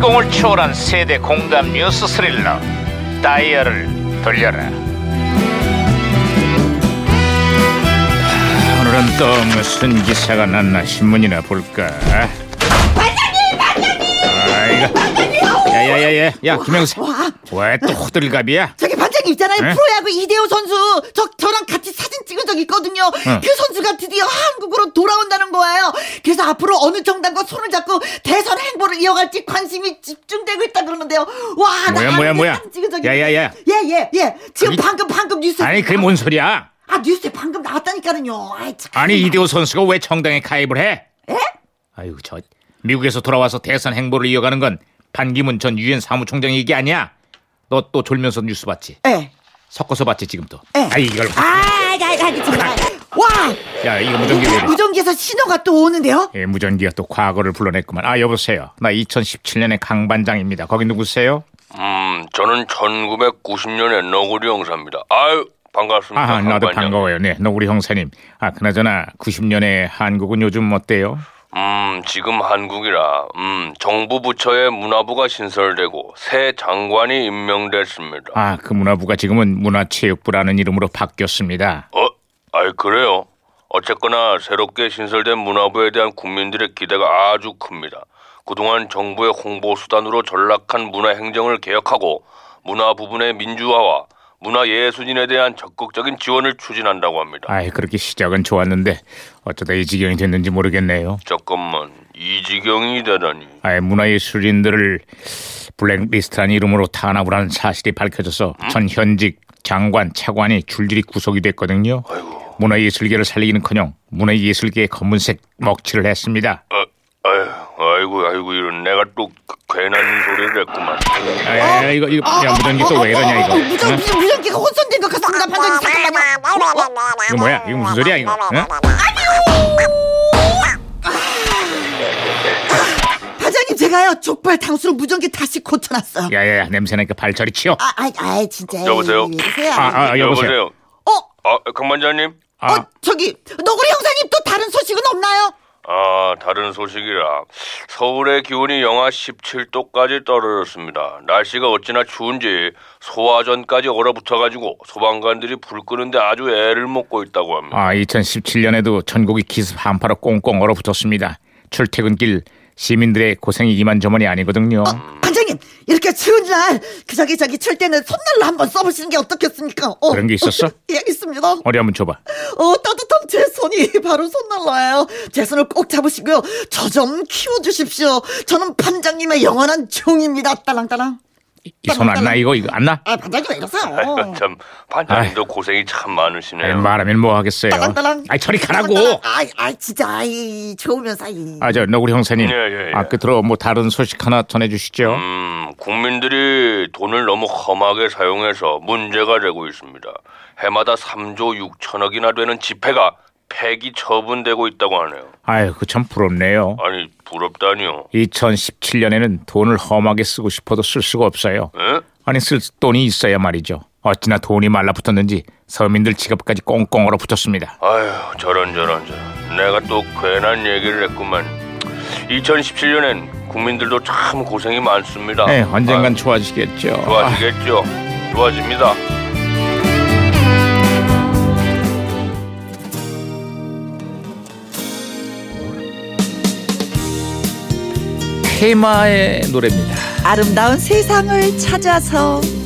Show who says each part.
Speaker 1: 감동을 초월한 세대 공감 뉴스 스릴러 다이얼을 돌려라 오늘은 또 무슨 기사가 났나 신문이나 볼까 반장님 어, 반장님 야야야야 야 김영수
Speaker 2: 와,
Speaker 1: 왜 또 호들갑이야
Speaker 2: 저기 반장님 있잖아요.
Speaker 1: 네?
Speaker 2: 프로야구 이대호 선수. 저 저랑 같이 사진 찍은 적 있거든요. 그 선수가 드디어 한국으로 돌아온다는 거예요. 그래서 앞으로 어느 정당과 손을 잡고 대선 행보를 이어갈지 관심이 집중되고 있다 그러는데요. 와, 나
Speaker 1: 뭐야,
Speaker 2: 아는
Speaker 1: 뭐야,
Speaker 2: 그
Speaker 1: 뭐야.
Speaker 2: 사진 찍은 적
Speaker 1: 야, 야, 야.
Speaker 2: 예, 예, 예. 지금
Speaker 1: 아니,
Speaker 2: 방금 방금 뉴스.
Speaker 1: 아니 그게 뭔 소리야
Speaker 2: 아 뉴스에 방금 나왔다니까요. 아이 참.
Speaker 1: 아니 이대호 선수가 왜 정당에 가입을 해? 에? 아유 저 미국에서 돌아와서 대선 행보를 이어가는 건 반기문 전 유엔 사무총장 얘기 아니야? 너 또 졸면서 뉴스 봤지?
Speaker 2: 예.
Speaker 1: 섞어서 봤지 지금 또?
Speaker 2: 예.
Speaker 1: 아 이걸
Speaker 2: 아, 아이, 아이, 아이, 정말. 와,
Speaker 1: 야 이거 무전기 왜 이래?
Speaker 2: 무전기에서 신호가 또 오는데요.
Speaker 1: 예, 무전기가 또 과거를 불러냈구만. 아 여보세요. 나 2017년의 강 반장입니다. 거기 누구세요?
Speaker 3: 음, 저는 1990년에 너구리 형사입니다. 아유, 반갑습니다.
Speaker 1: 아 나도
Speaker 3: 상관장.
Speaker 1: 반가워요. 네, 너 우리 형사님. 아 그나저나 90년의 한국은 요즘 어때요?
Speaker 3: 음, 지금 한국이라 음, 정부 부처의 문화부가 신설되고 새 장관이 임명됐습니다.
Speaker 1: 아 그 문화부가 지금은 문화체육부라는 이름으로 바뀌었습니다.
Speaker 3: 어? 아이 그래요. 어쨌거나 새롭게 신설된 문화부에 대한 국민들의 기대가 아주 큽니다. 그동안 정부의 홍보 수단으로 전락한 문화 행정을 개혁하고 문화 부분의 민주화와 문화 예술인에 대한 적극적인 지원을 추진한다고 합니다.
Speaker 1: 아이 그렇게 시작은 좋았는데 어쩌다 이 지경이 됐는지 모르겠네요.
Speaker 3: 잠깐만 이 지경이 되다니
Speaker 1: 아이 문화예술인들을 블랙리스트라는 이름으로 탄압을 하는 사실이 밝혀져서 전 현직 장관 차관이 줄줄이 구속이 됐거든요. 문화예술계를 살리기는커녕 문화예술계의 검은색 먹칠을 했습니다.
Speaker 3: 아, 아휴, 아이고 아이고 이런 내가 또그 괜한 소리를 했구만
Speaker 1: 아 이거 이거 야 무전기 또 왜 이러냐 이거?
Speaker 2: 어, 무전,
Speaker 1: 어?
Speaker 2: 무전, 무전기가 혼선된 것 같습니다. 반장님 잠깐만요.
Speaker 1: 이거 뭐야? 이거 무슨 소리야 이거? 어?
Speaker 2: 반장님 제가요 족발 당수로 무전기 다시 고쳐놨어요.
Speaker 1: 야야야 냄새나니까 발처리 치워.
Speaker 2: 아, 아, 아, 진짜.
Speaker 3: 여보세요?
Speaker 2: 왜 이러세요?
Speaker 1: 아, 아 여보세요.
Speaker 2: 어,
Speaker 3: 아 강반장님
Speaker 2: 어, 저기 너구리 형사님 또 다른 소식은 없나요?
Speaker 3: 아 다른 소식이라 서울의 기온이 영하 17도까지 떨어졌습니다 날씨가 어찌나 추운지 소화전까지 얼어붙어가지고 소방관들이 불 끄는데 아주 애를 먹고 있다고 합니다
Speaker 1: 아, 2017년에도 전국이 기습 한파로 꽁꽁 얼어붙었습니다. 출퇴근길 시민들의 고생이 이만저만이 아니거든요.
Speaker 2: 반장님 이렇게 추운 날 그 저기 저기 출 때는 손난로 한번 써보시는 게 어떻겠습니까? 어,
Speaker 1: 그런 게 있었어?
Speaker 2: 어, 예 있습니다.
Speaker 1: 어리 한번 줘봐.
Speaker 2: 어 따뜻한 제 손이 바로 손난로예요. 제 손을 꼭 잡으시고요. 저 좀 키워주십시오. 저는 반장님의 영원한 종입니다. 딸랑딸랑.
Speaker 1: 이 손 안 나 이거 이거 안 나?
Speaker 2: 아 반장님 왜
Speaker 3: 아이고
Speaker 2: 이러세요?
Speaker 3: 참 반장님도 고생이 참
Speaker 1: 아이,
Speaker 3: 많으시네요
Speaker 1: 말하면 뭐 하겠어요.
Speaker 2: 딸랑딸랑.
Speaker 1: 아이 저리 가라고.
Speaker 2: 딸랑딸랑. 아이 아이 진짜 아이 좋으면서 이.
Speaker 1: 아 저 너구리 형사님.
Speaker 3: 예, 예, 예.
Speaker 1: 아 끝으로 뭐 다른 소식 하나 전해주시죠.
Speaker 3: 음, 국민들이 돈을 너무 험하게 사용해서 문제가 되고 있습니다. 해마다 3조 6천억이나 되는 지폐가 폐기 처분되고 있다고 하네요.
Speaker 1: 아유 그 참 부럽네요.
Speaker 3: 아니 부럽다니요.
Speaker 1: 2017년에는 돈을 험하게 쓰고 싶어도 쓸 수가 없어요.
Speaker 3: 에?
Speaker 1: 아니 쓸 돈이 있어야 말이죠. 어찌나 돈이 말라붙었는지 서민들 지갑까지 꽁꽁 얼어붙었습니다.
Speaker 3: 아휴 저런 저런 저런. 내가 또 괜한 얘기를 했구만. 2017년엔 국민들도 참 고생이 많습니다.
Speaker 1: 네, 언젠간
Speaker 3: 아유,
Speaker 1: 좋아지겠죠.
Speaker 3: 좋아지겠죠. 좋아집니다.
Speaker 1: 테마의 노래입니다.
Speaker 2: 아름다운 세상을 찾아서